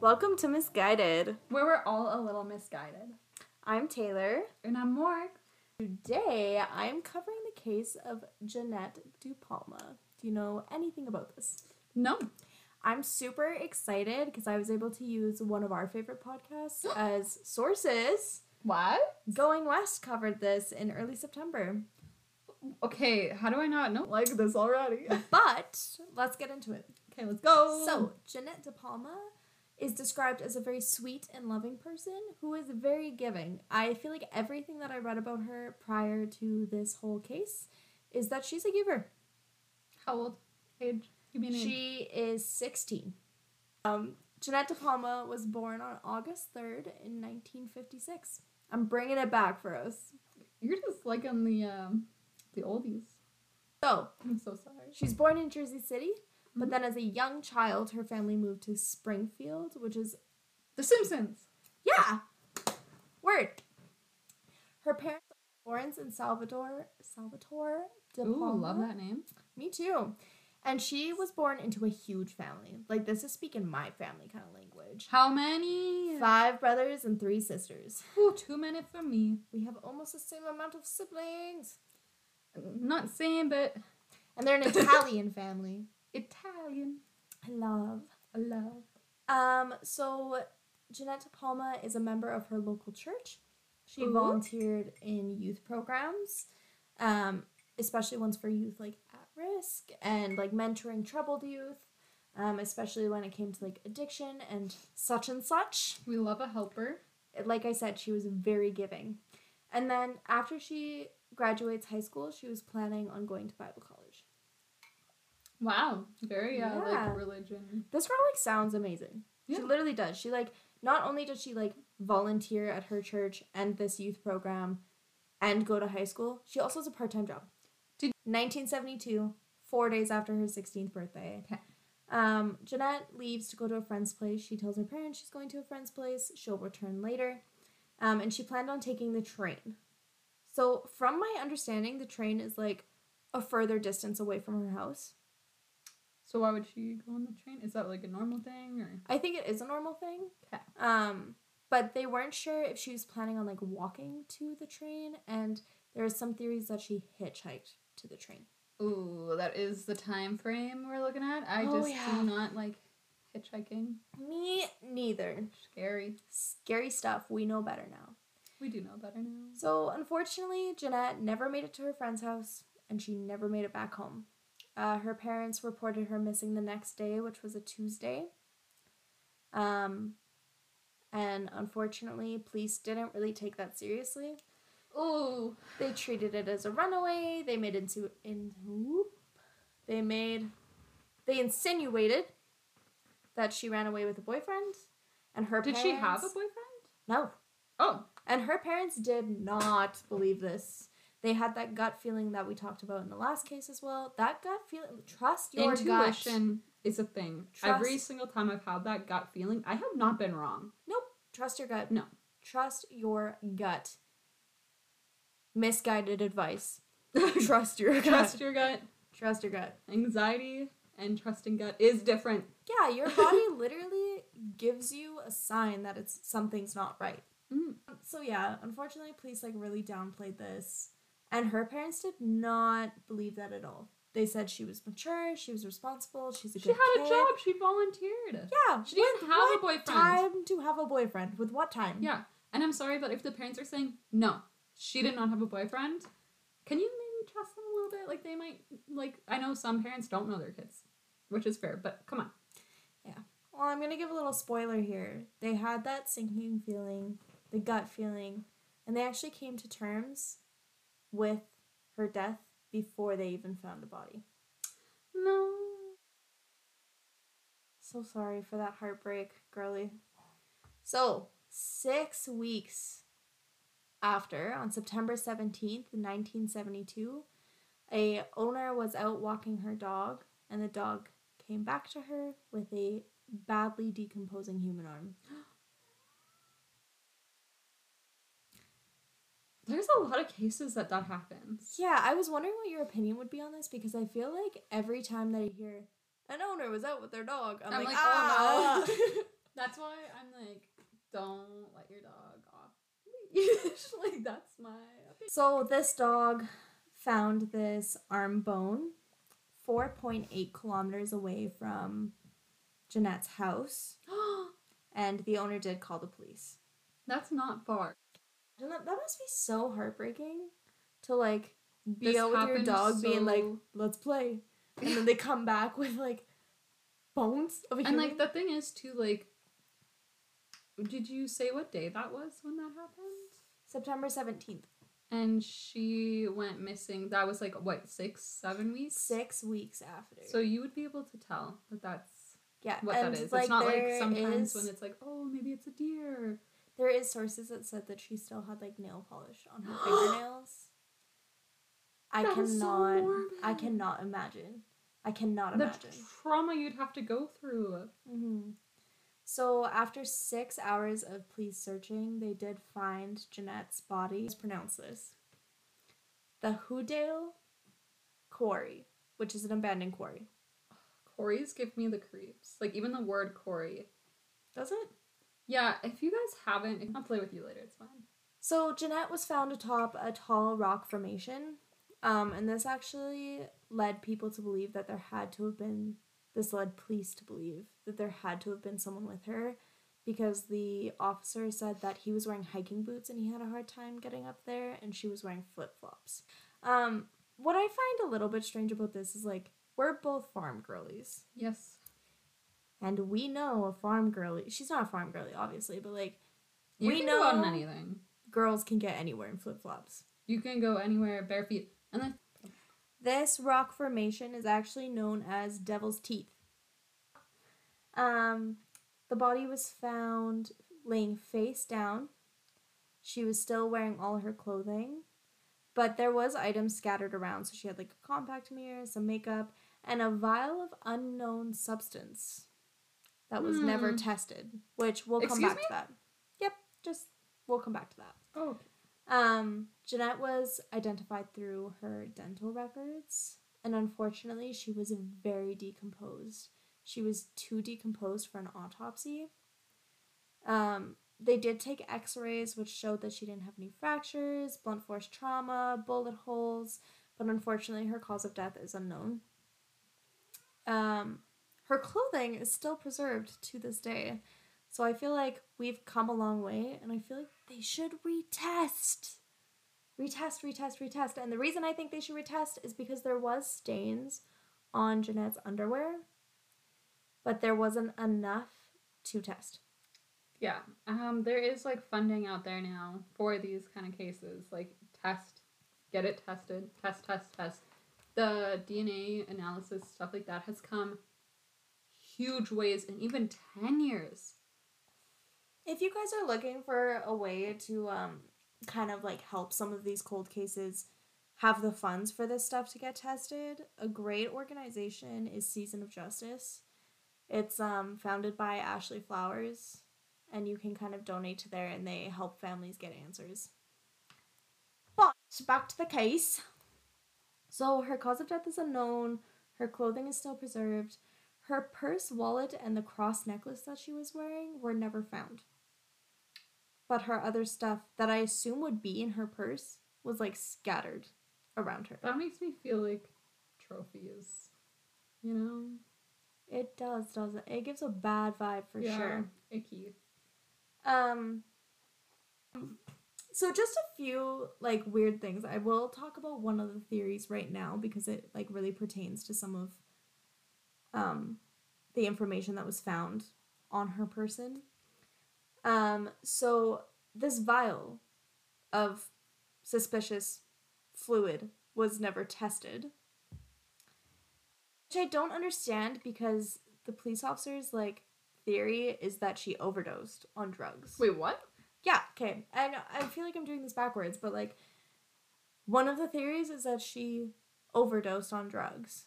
Welcome to Misguided. where we're all a little misguided. I'm Taylor. And I'm Morg. Today I'm covering the case of Jeanette DuPalma. Do you know anything about this? No. I'm super excited because I was able to use one of our favorite podcasts as sources. What? Going West covered this in early September. Okay, how do I not know like this already? But let's get into it. okay, let's go. So, Jeanette De Palma is described as a very sweet and loving person who is very giving. I feel like everything that I read about her prior to this whole case is that she's a giver. how old age? You mean age? She is 16. Um, Jeanette De Palma was born on August 3rd in 1956. I'm bringing it back for us. You're just like on the um the oldies. So, I'm so sorry. She's born in Jersey City, but Mhm. then as a young child, her family moved to Springfield, which is, The Simpsons. yeah, word. Her parents, Lawrence and Salvador, Salvatore de Ooh, Palma. love that name. Me too. And she was born into a huge family. Like, this is speaking my family kind of language. How many? Five brothers and three sisters. Ooh, too many for me. We have almost the same amount of siblings. Not saying, but And they're an Italian family. Italian. I love. I love. Um, so Jeanette De Palma is a member of her local church. She Ooh. volunteered in youth programs, um, especially ones for youth like at risk and like mentoring troubled youth, um, especially when it came to like addiction and such and such. We love a helper. Like I said, she was very giving. And then after she graduates high school, she was planning on going to Bible college. Wow. Very uh, Yeah. like religion. This girl like sounds amazing. She Yeah. literally does. She like not only does she like volunteer at her church and this youth program and go to high school, she also has a part-time job. Did- 1972, 4 days after her 16th birthday. Okay. Um, Jeanette leaves to go to a friend's place. She tells her parents she's going to a friend's place. She'll return later. Um, and she planned on taking the train. So, from my understanding, the train is like a further distance away from her house. So why would she go on the train? Is that like a normal thing or? I think it is a normal thing. Okay. Um, but they weren't sure if she was planning on like walking to the train, and there are some theories that she hitchhiked to the train. Ooh, that is the time frame we're looking at. I Oh, just yeah. do not like hitchhiking. Me neither. Scary. Scary stuff. We know better now. We do know better now. So unfortunately, Jeanette never made it to her friend's house, and she never made it back home. Uh, her parents reported her missing the next day, which was a Tuesday. Um, and unfortunately, police didn't really take that seriously. Ooh. They treated it as a runaway. They made into in whoop. They made they insinuated that she ran away with a boyfriend, and her Did she have a parents- boyfriend? no? Oh. And her parents did not believe this. They had that gut feeling that we talked about in the last case as well. That gut feeling, trust your gut. Intuition is a thing. Every Trust- single time I've had that gut feeling, I have not been wrong. Nope, trust your gut. No. Trust your gut. Misguided advice. trust your gut. Trust your gut. trust your gut. Anxiety and trusting gut is different. Yeah, your body literally gives you a sign that it's something's not right. Um, Mm. So yeah, unfortunately, police like really downplayed this, and her parents did not believe that at all. They said she was mature, she was responsible, she's a She good had a kid. job. She volunteered. Yeah, She didn't with have a what boyfriend. Time to have a boyfriend. With what time? Yeah. And I'm sorry, but if the parents are saying, no, she did not have a boyfriend, can you maybe trust them a little bit? Like, they might, like, I know some parents don't know their kids, which is fair, but come on. Well, I'm gonna give a little spoiler here. They had that sinking feeling, the gut feeling, and they actually came to terms with her death before they even found a body. No. So sorry for that heartbreak, girly. So, six weeks after, on September 17th, 1972, a owner was out walking her dog, and the dog came back to her with a badly decomposing human arm. There's a lot of cases that that happens. Yeah, I was wondering what your opinion would be on this because I feel like every time that I hear an owner was out with their dog, I'm, like, oh no. That's why I'm like, don't let your dog off leash. like that's my opinion. So this dog found this arm bone 4.8 kilometers away from Jeanette's house, and the owner did call the police. that's not far. And that, that must be so heartbreaking to like be This out with your happened dog being like, so- let's play. And then they come back with like bones of a and human. like the thing is too like did you say what day that was when that happened? September 17th, And she went missing. That was like what, six, seven weeks? six weeks after. So you would be able to tell that that's yeah, what and, that is. Like, it's not like there sometimes is- when it's like, oh, maybe it's a deer. There is sources that said that she still had like nail polish on her fingernails. I That cannot is so I morbid. cannot imagine. I cannot The Mm-hmm. imagine. trauma you'd have to go through. hmm So after six hours of police searching, they did find Jeanette's body. Let's pronounce this. The Hoodale Quarry, which is an abandoned quarry. Corys give me the creeps. Like even the word Cory. Does it? Yeah, if you guys haven't, I'll play with you later. It's fine. So Jeanette was found atop a tall rock formation, um, and this actually led people to believe that there had to have been. This led police to believe that there had to have been someone with her, because the officer said that he was wearing hiking boots and he had a hard time getting up there, and she was wearing flip flops. Um, what I find a little bit strange about this is like we're both farm girlies. Yes. And we know a farm girlie. She's not a farm girlie, obviously, but like You We can go out in know- anything. girls can get anywhere in flip flops. You can go anywhere bare feet. And then This rock formation is actually known as Devil's Teeth. Um, the body was found laying face down. She was still wearing all her clothing, but there was items scattered around. So she had like a compact mirror, some makeup, and a vial of unknown substance that was never Hmm. tested. Which we'll come Excuse back me? to that. Yep, just we'll come back to that. oh, Um, Jeanette was identified through her dental records, and unfortunately, she was very decomposed. She was too decomposed for an autopsy. Um, they did take x rays, which showed that she didn't have any fractures, blunt force trauma, bullet holes, but unfortunately, her cause of death is unknown. Um, her clothing is still preserved to this day. So I feel like we've come a long way, and I feel like they should retest. Retest, retest, retest. And the reason I think they should retest is because there was stains on Jeanette's underwear, but there wasn't enough to test. Yeah, um, there is like funding out there now for these kind of cases. Like test, get it tested, test, test, test. The DNA analysis stuff like that has come huge ways in even ten years. If you guys are looking for a way to um, kind of like help some of these cold cases have the funds for this stuff to get tested, a great organization is Season of Justice. It's um, founded by Ashley Flowers, and you can kind of donate to there, and they help families get answers. But back to the case. So her cause of death is unknown. Her clothing is still preserved. Her purse, wallet, and the cross necklace that she was wearing were never found. But her other stuff that I assume would be in her purse was like scattered around her. That makes me feel like trophies. You know, It does, doesn't it? It gives a bad vibe for Yeah, sure. icky. Um so just a few like weird things. I will talk about one of the theories right now because it like really pertains to some of um the information that was found on her person. Um so this vial of suspicious fluid was never tested. Which I don't understand because the police officer's like theory is that she overdosed on drugs. Wait, what? Yeah, okay. I know I feel like I'm doing this backwards, but like one of the theories is that she overdosed on drugs,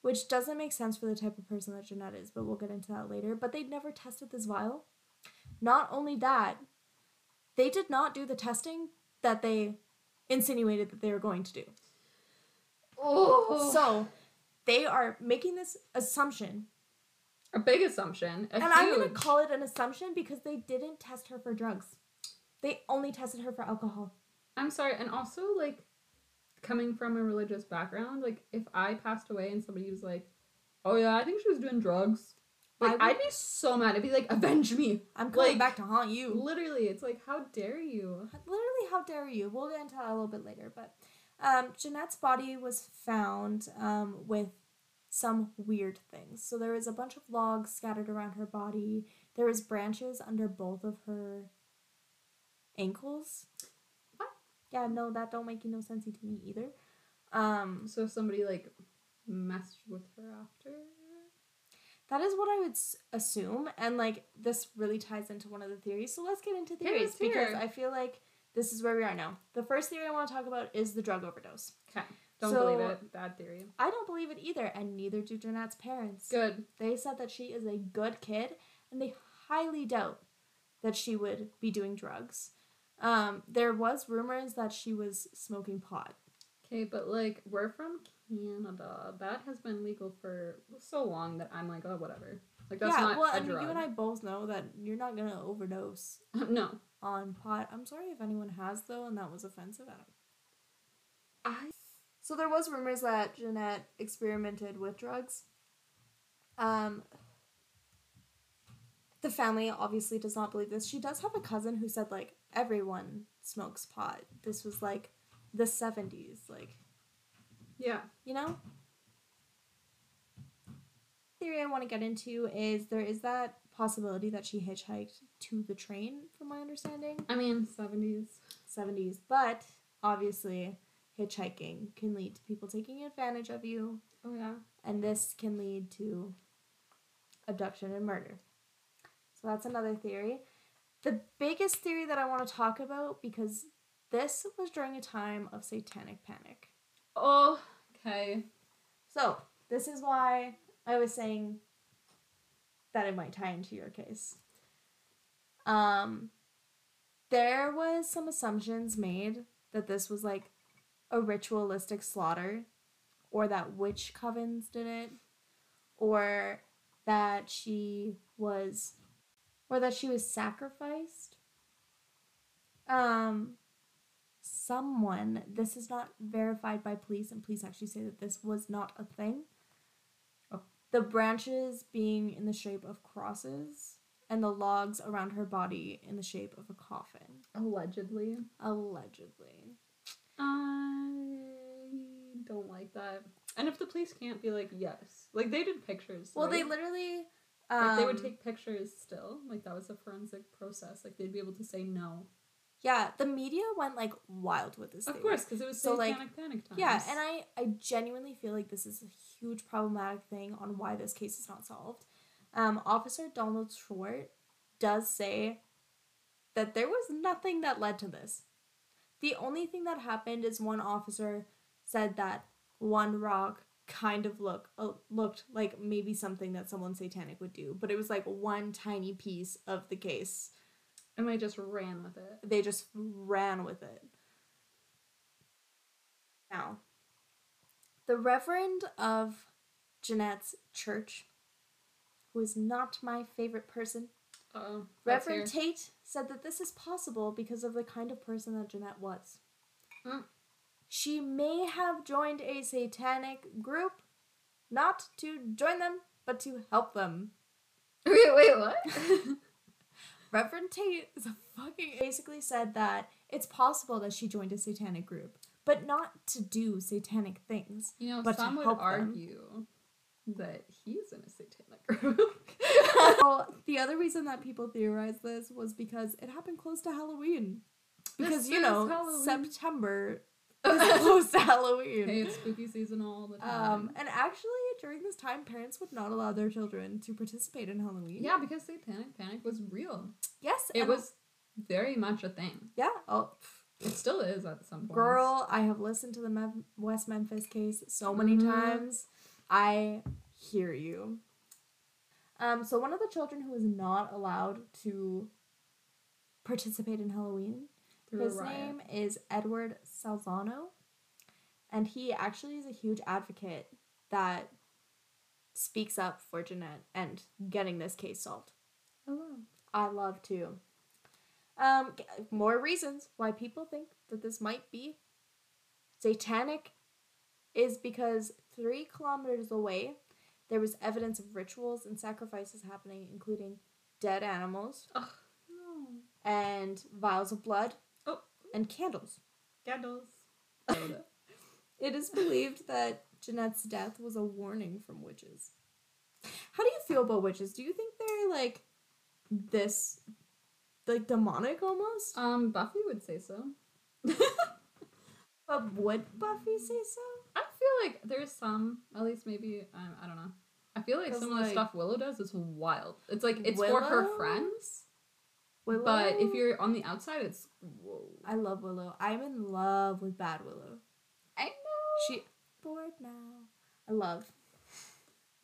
which doesn't make sense for the type of person that Jeanette is, but we'll get into that later. But they never tested this vial. Not only that, they did not do the testing that they insinuated that they were going to do. Oh, So they are making this assumption A big assumption. A and huge, I'm going to call it an assumption because they didn't test her for drugs. They only tested her for alcohol. I'm sorry, and also like coming from a religious background, like if I passed away and somebody was like, "Oh yeah, I think she was doing drugs," I like would- I'd be so mad. I'd be like, "Avenge me!" I'm coming Like- back to haunt you. Literally, it's like, "How dare you?" Literally, how dare you? We'll get into that a little bit later. But um, Jeanette's body was found um, with some weird things. So there was a bunch of logs scattered around her body. There was branches under both of her ankles. What? Yeah, no, that don't make no sense to me either. Um, So somebody like messed with her after. That is what I would s- assume, and like this really ties into one of the theories. So let's get into Yeah, theories let's hear because it. I feel like this is where we are now. The first theory I want to talk about is the drug overdose. Okay, don't So- believe it. Bad theory. I don't believe it either, and neither do Jeanette's parents. Good. They said that she is a good kid, and they highly doubt that she would be doing drugs. Um, there was rumors that she was smoking pot. Okay, but like we're from Canada. That has been legal for so long that I'm like, oh, whatever. Like that's yeah, not well, a I mean, drug. you and I both know that you're not gonna overdose no, on pot. I'm sorry if anyone has though, and that was offensive. I don't I So there was rumors that Jeanette experimented with drugs. Um, the family obviously does not believe this. She does have a cousin who said like everyone smokes pot. This was like the seventies, like yeah. you know. Theory I want to get into is there is that possibility that she hitchhiked to the train, from my understanding, I mean, seventies. seventies. But obviously, hitchhiking can lead to people taking advantage of you, Oh yeah. and this can lead to abduction and murder. So that's another theory. The biggest theory that I want to talk about because this was during a time of satanic panic. Oh, okay. So, this is why I was saying that it might tie into your case. Um, there was some assumptions made that this was like a ritualistic slaughter, or that witch covens did it, or that she was, or that she was sacrificed. Um, someone this is not verified by police and police actually say that this was not a thing Oh. the branches being in the shape of crosses and the logs around her body in the shape of a coffin Allegedly. allegedly I don't like that. And if the police can't be like, yes, like they did pictures. well they right? literally um, Like, they would take pictures still. Like that was a forensic process. Like they'd be able to say no. yeah the media went like wild with this Of theory. course, because it was So, so like- satanic panic times. Yeah, and I, I genuinely feel like this is a huge problematic thing on why this case is not solved. Um, Officer Donald Short does say that there was nothing that led to this. The only thing that happened is one officer said that one rock kind of look uh, looked like maybe something that someone satanic would do, but it was like one tiny piece of the case and they just ran with it. they just ran with it. Now, the Reverend of Jeanette's church, who is not my favorite person, Oh, Reverend Tate said that this is possible because of the kind of person that Jeanette was. Mm. She may have joined a satanic group, not to join them, but to help them. Wait, wait, what? Reverend Tate is a fucking basically said that it's possible that she joined a satanic group, but not to do satanic things. you know, But to some would help them. argue that he's in a satanic group. so the other reason that people theorized this was because it happened close to Halloween. Because This you is know Halloween. September is close to Halloween. hey, it's spooky season all the time. um, and actually, during this time, parents would not allow their children to participate in Halloween. Yeah, because satanic panic was real. Yes, It and- was very much a thing. Yeah. Oh, It still is at some point. Girl, I have listened to the Mem- West Memphis case so many Mhm. times. I hear you. Um, so one of the children who was not allowed to participate in Halloween, through his a riot. name is Edward Salzano, and he actually is a huge advocate that speaks up for Jeanette and getting this case solved. Hello. I love to. Um, g- more reasons why people think that this might be satanic is because three kilometers away, there was evidence of rituals and sacrifices happening, including dead animals Oh, no. and vials of blood Oh. and candles. Candles. It is believed that Jeanette's death was a warning from witches. How do you feel about witches? Do you think they're like this, like demonic almost? um, Buffy would say so. But would Buffy say so? I feel like there's some, at least maybe, um, I don't know. I feel like 'Cause, some of the like- stuff Willow does is wild. It's like, it's for her Willow? friends, Willow? but if you're on the outside, it's, whoa. I love Willow. I'm in love with Bad Willow. I know. She bored now. I love.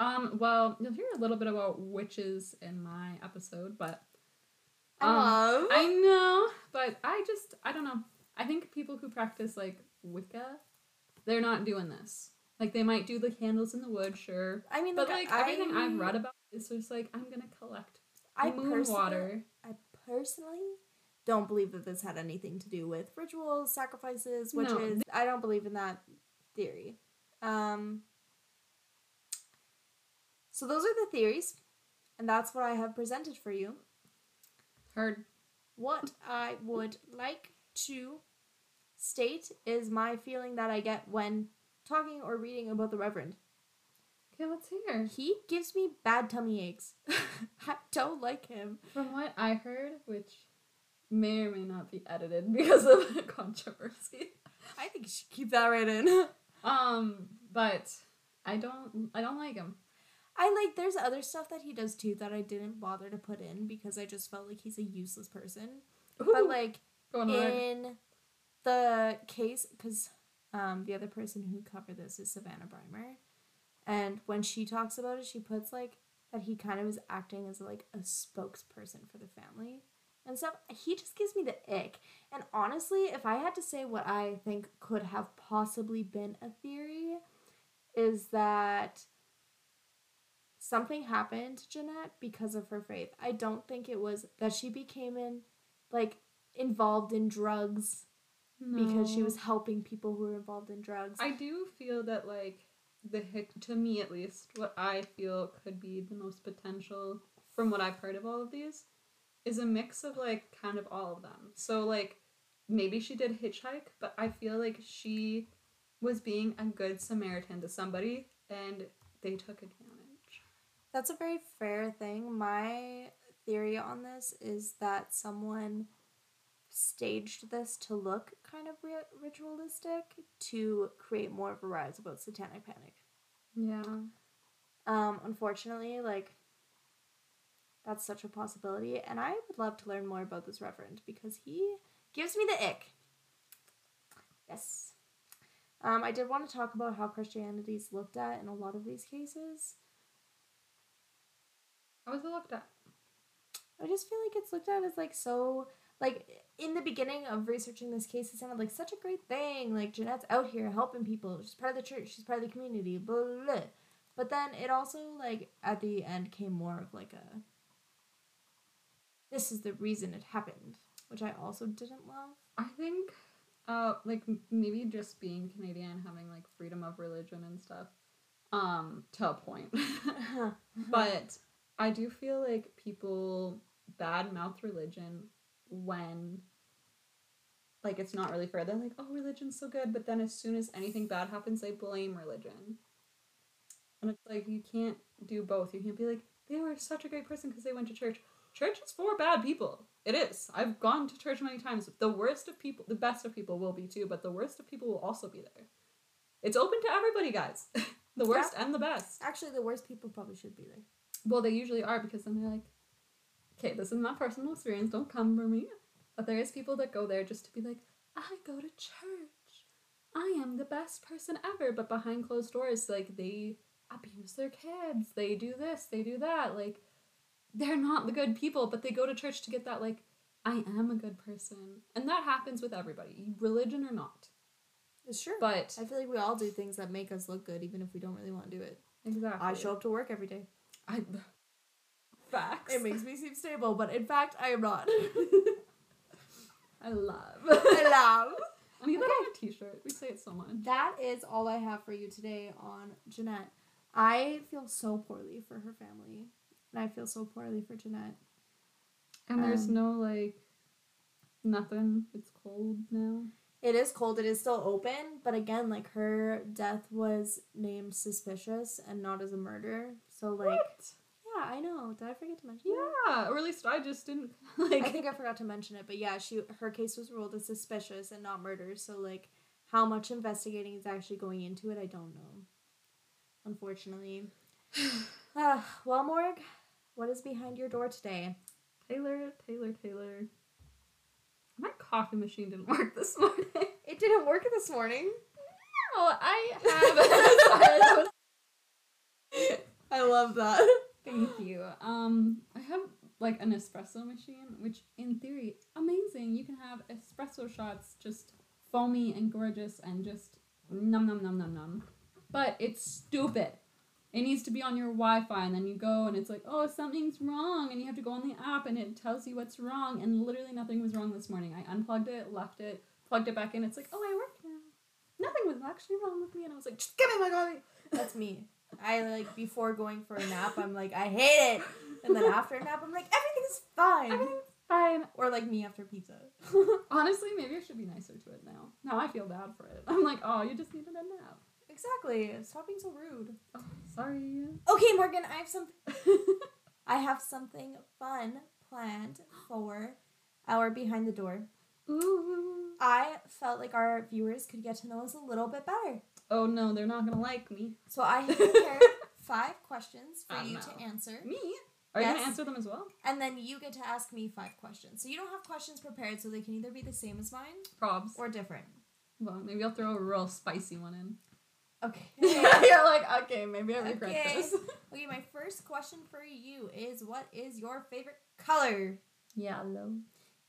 Um, well, you'll hear a little bit about witches in my episode, but I Um, love. I know, but I just I don't know. I think people who practice like Wicca, they're not doing this. Like they might do the candles in the wood, sure, I mean, but like everything I, I've read about is just like I'm gonna collect I moon personally- water. I personally don't believe that this had anything to do with rituals, sacrifices, No. witches. I don't believe in that theory. Um, so those are the theories, and that's what I have presented for you. Heard What I would like to state is my feeling that I get when talking or reading about the Reverend. okay, let's hear. He gives me bad tummy aches. I don't like him. From what I heard, which may or may not be edited because of controversy. I think you should keep that right in. Um, but I don't I don't like him. I like there's other stuff that he does too that I didn't bother to put in because I just felt like he's a useless person. But like going hard. in the case, because um, the other person who covered this is Savannah Brimer, and when she talks about it, she puts like that he kind of is acting as like a spokesperson for the family and stuff. He just gives me the ick. And honestly, if I had to say what I think could have possibly been a theory, is that something happened to Jeanette because of her faith. I don't think it was that she became in like involved in drugs because she No. was helping people who were involved in drugs. I do feel that like the hic to me at least, what I feel could be the most potential from what I've heard of all of these is a mix of like kind of all of them. So like maybe she did hitchhike, but I feel like she was being a good Samaritan to somebody and they took advantage. That's a very fair thing. My theory on this is that someone staged this to look kind of ri- ritualistic to create more of a rise about satanic panic. Yeah. Um, unfortunately, like that's such a possibility, and I would love to learn more about this reverend because he gives me the ick. Yes. Um, I did want to talk about how Christianity is looked at in a lot of these cases. I was looked at. I just feel like it's looked at as like so like in the beginning of researching this case, it sounded like such a great thing. Like Jeanette's out here helping people. She's part of the church. She's part of the community. Blah blah. blah. But then it also like at the end came more of like a this is the reason it happened, which I also didn't love. I think, uh, like m- maybe just being Canadian, having like freedom of religion and stuff, um, to a point. Uh-huh. but I do feel like people bad mouth religion when, like, it's not really fair. They're like, "Oh, religion's so good," but then as soon as anything bad happens, they blame religion. And it's like you can't do both. You can't be like, "They were such a great person because they went to church." Church is for bad people. It is. I've gone to church many times. The worst of people, the best of people will be too, but the worst of people will also be there. It's open to everybody, guys. the worst and the best. Actually, the worst people probably should be there. Well, they usually are because then they're like, okay, this is my personal experience. Don't come for me. But there is people that go there just to be like, I go to church. I am the best person ever. But behind closed doors, like they abuse their kids. They do this. They do that. Like they're not the good people, but they go to church to get that like. I am a good person. And that happens with everybody, religion or not. It's true. But I feel like we all do things that make us look good, even if we don't really want to do it. Exactly. I show up to work every day. I, facts. It makes me seem stable, but in fact, I am not. I love. I love. I need that on a t-shirt. We say it so much. That is all I have for you today on Jeanette. I feel so poorly for her family, and I feel so poorly for Jeanette. And there's Um, no like nothing. It's cold now. It is cold. It is still open, but again, like her death was named suspicious and not as a murder. So like, yeah, I know. Did I forget to mention? that? Yeah, or at least I just didn't like. I think I forgot to mention it, but yeah, she her case was ruled as suspicious and not murder. So like, how much investigating is actually going into it, I don't know. Unfortunately. uh, well, Morg, what is behind your door today? Taylor, Taylor, Taylor. My coffee machine didn't work this morning. It didn't work this morning. No, I have. Sorry, that was I love that. Thank you. Um, I have like an espresso machine, which in theory, amazing. You can have espresso shots, just foamy and gorgeous, and just num num num num num. But it's stupid. It needs to be on your Wi-Fi, and then you go, and it's like, oh, something's wrong, and you have to go on the app, and it tells you what's wrong, and literally nothing was wrong this morning. I unplugged it, left it, plugged it back in. It's like, oh, I work now. Nothing was actually wrong with me, and I was like, just give me my coffee. That's me. I like before going for a nap, I'm like, I hate it. And then after a nap, I'm like, everything's fine. Everything's fine. Or like me after pizza. Honestly, maybe I should be nicer to it now. Now I feel bad for it. I'm like, oh, you just needed a nap. exactly. Stop being so rude. Oh, sorry. Okay, Morgan, I have some I have something fun planned for our behind the door. Ooh. I felt like our viewers could get to know us a little bit better. Oh no, they're not gonna like me. So I have prepared five questions for Oh, you no. to answer. Me? Are you Yes. gonna answer them as well? And then you get to ask me five questions. So you don't have questions prepared, so they can either be the same as mine Probs. or different. Well, maybe I'll throw a real spicy one in. Okay. You're like, okay, maybe I regret Okay. this. okay, my first question for you is what is your favorite color? Yellow.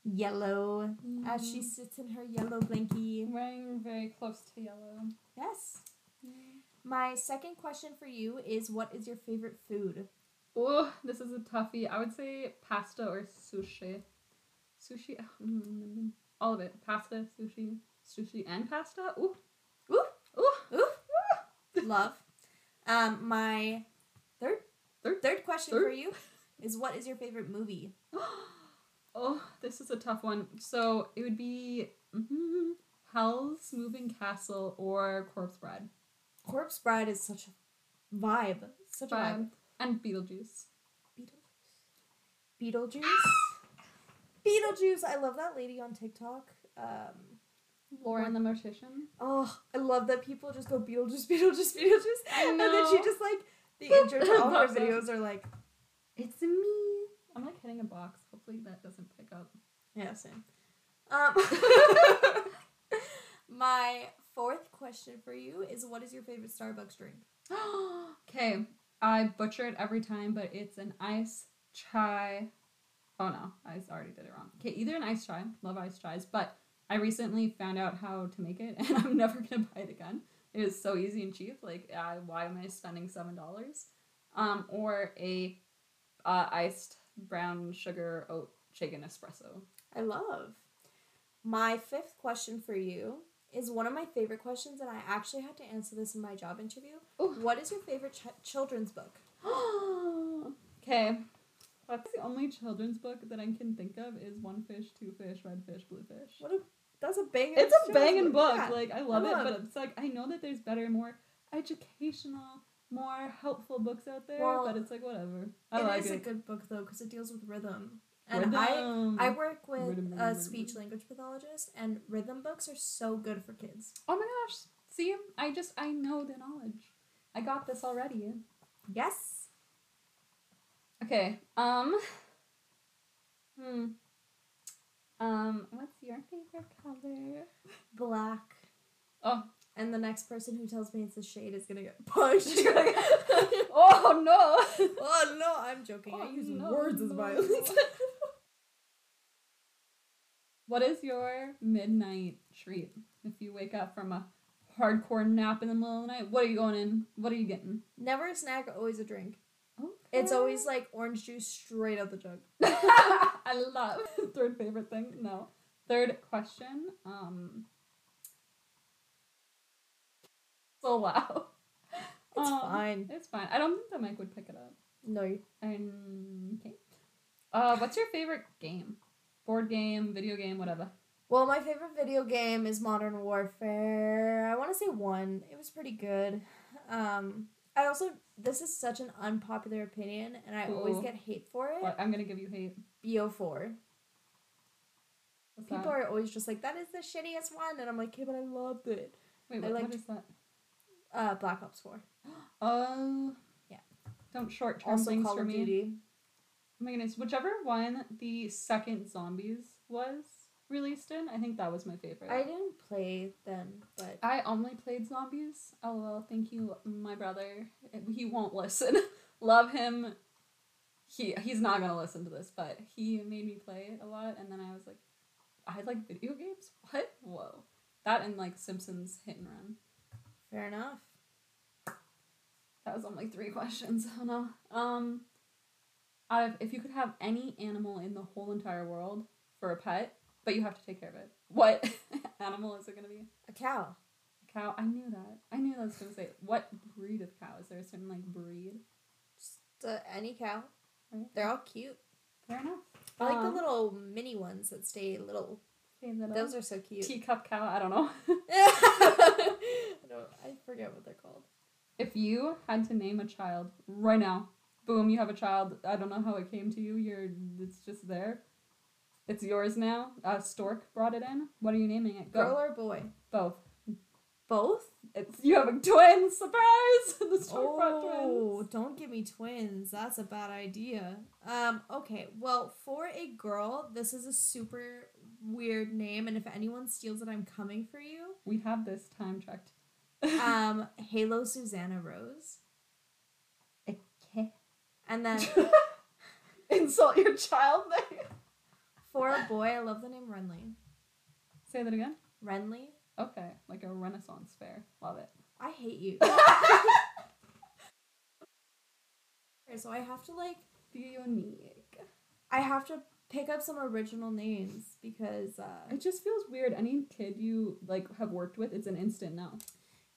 Yellow. As Mm-hmm. she sits in her yellow blankie. wearing very close to yellow. Yes. Mm-hmm. My second question for you is what is your favorite food? Oh, this is a toughie. I would say pasta or sushi. Sushi, oh, mm, mm, mm. all of it. Pasta, sushi, sushi, and pasta. Ooh, ooh, ooh. Ooh. Love. Um, my third Third? third question Third? for you is what is your favorite movie? Oh, this is a tough one. So it would be mhm, Hell's Moving Castle or Corpse Bride. Corpse Bride is such a vibe. Such a vibe. Bride. And Beetlejuice. Beetlejuice. Beetlejuice. Beetlejuice. I love that lady on TikTok. Um, Laura and the Mortician. oh, I love that people just go Beetlejuice, Beetlejuice, Beetlejuice, I and then she know. just like the intro to all her Pops up. videos are like, It's me. I'm like hitting a box. Hopefully that doesn't pick up. yeah, same. Um, my fourth question for you is, what is your favorite Starbucks drink? okay, I butcher it every time, but it's an ice chai. Oh no, I already did it wrong. Okay, either an ice chai, love ice chais, but I recently found out how to make it, and I'm never gonna buy it again. It is so easy and cheap. Like, uh, why am I spending seven dollars? Um, or a uh, iced brown sugar oat shaken espresso. I love. My fifth question for you is one of my favorite questions, and I actually had to answer this in my job interview. Ooh. What is your favorite ch- children's book? okay. That's the only children's book that I can think of is One Fish, Two Fish, Red Fish, Blue Fish. What a that's a banger. It's a children's banging book. Yeah. Like I love, love it, it. but it's like I know that there's better, more educational, more helpful books out there. Well, but it's like whatever. I It like is a it. good book though because it deals with rhythm. And I Rhythm. I work with Rhythm, a rhythm, speech language pathologist, and rhythm books are so good for kids. oh my gosh! See, I just I know the knowledge. I got this already. Yes. Okay. Um. Hmm. Um. What's your favorite color? Black. Oh. And the next person who tells me it's a shade is gonna get punched. oh no! oh no, I'm joking. I Oh, use no, words as no, violence. no. what is your midnight treat if you wake up from a hardcore nap in the middle of the night. What are you going in? What are you getting? Never a snack, always a drink. Okay. It's Mm. always like orange juice straight out the jug. I love third favorite thing. No. Third question. Um so loud. It's oh, Um, fine. It's fine. I don't think the mic would pick it up. No, you- Um, okay. Uh what's your favorite game? Board game, video game, whatever. Well, my favorite video game is Modern Warfare. I want to say one. It was pretty good. Um, I also this is such an unpopular opinion, and I always Ooh. get hate for it. What I'm gonna give you hate. BO4. What's People that? are always just like, "That is the shittiest one," and I'm like, "Okay, but I loved it." Wait, I what, liked- what is that? Uh, Black Ops Four. Oh Yeah. Don't short term Also, things Call for of me. Duty. Oh my goodness, whichever one the second Zombies was released in, I think that was my favorite. I didn't play them, but I only played Zombies. LOL, thank you, my brother. He won't listen. Love him. He he's not gonna listen to this, but he made me play it a lot, and then I was like, I like video games. What? Whoa, that and like Simpsons Hit and Run. fair enough. That was only three questions. Oh no. Um, out of if you could have any animal in the whole entire world for a pet, but you have to take care of it, what animal is it gonna be? A cow. A cow. I knew that. I knew that was gonna say what breed of cow is there a certain like breed? Just, uh, any cow. Right. They're all cute. Fair enough. I like the Um, little mini ones that stay little. okay, little Those are so cute. uh, teacup cow. I don't know. I, don't- I forget what they're called. if you had to name a child right now, boom, you have a child. I don't know how it came to you. You're it's just there. It's yours now. Uh, Stork brought it in. What are you naming it? Go. Girl or boy? Both. Both? It's you have a twin surprise. the stork brought Oh, twins. don't give me twins. That's a bad idea. Um, okay, well, for a girl, this is a super weird name, and if anyone steals it, I'm coming for you. We have this time checked. Uh, Um, Halo Susanna Rose. Okay. And then uh, Insult your child there. for a boy, I love the name Renly. Say that again. Renly? Okay, like a Renaissance fair. Love it. I hate you. so I have to like Be unique. I have to pick up some original names because uh It just feels weird. Any kid you like have worked with, it's an instant no.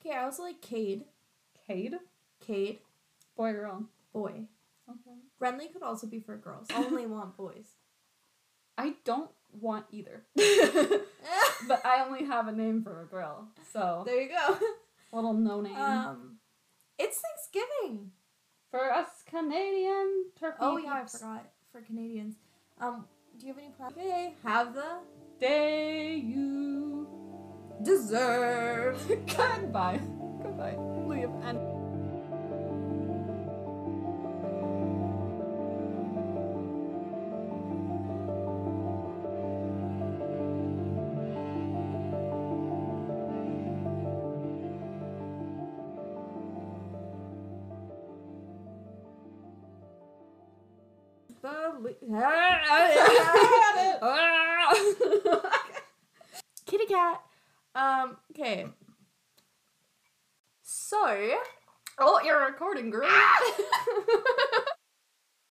okay, I also like Cade. Cade, Cade, boy or girl. boy. Okay. Renly could also be for girls. I only want boys. I don't want either, but I only have a name for a girl, so there you go. little no name Um it's Thanksgiving. for us Canadian turkey. Oh yeah, I peeps. forgot for Canadians. Um do you have any plans? Okay, have the Day you. dessert. Goodbye. Goodbye. Leave and. Kitty cat. Um, okay. So, oh, you're recording, girl.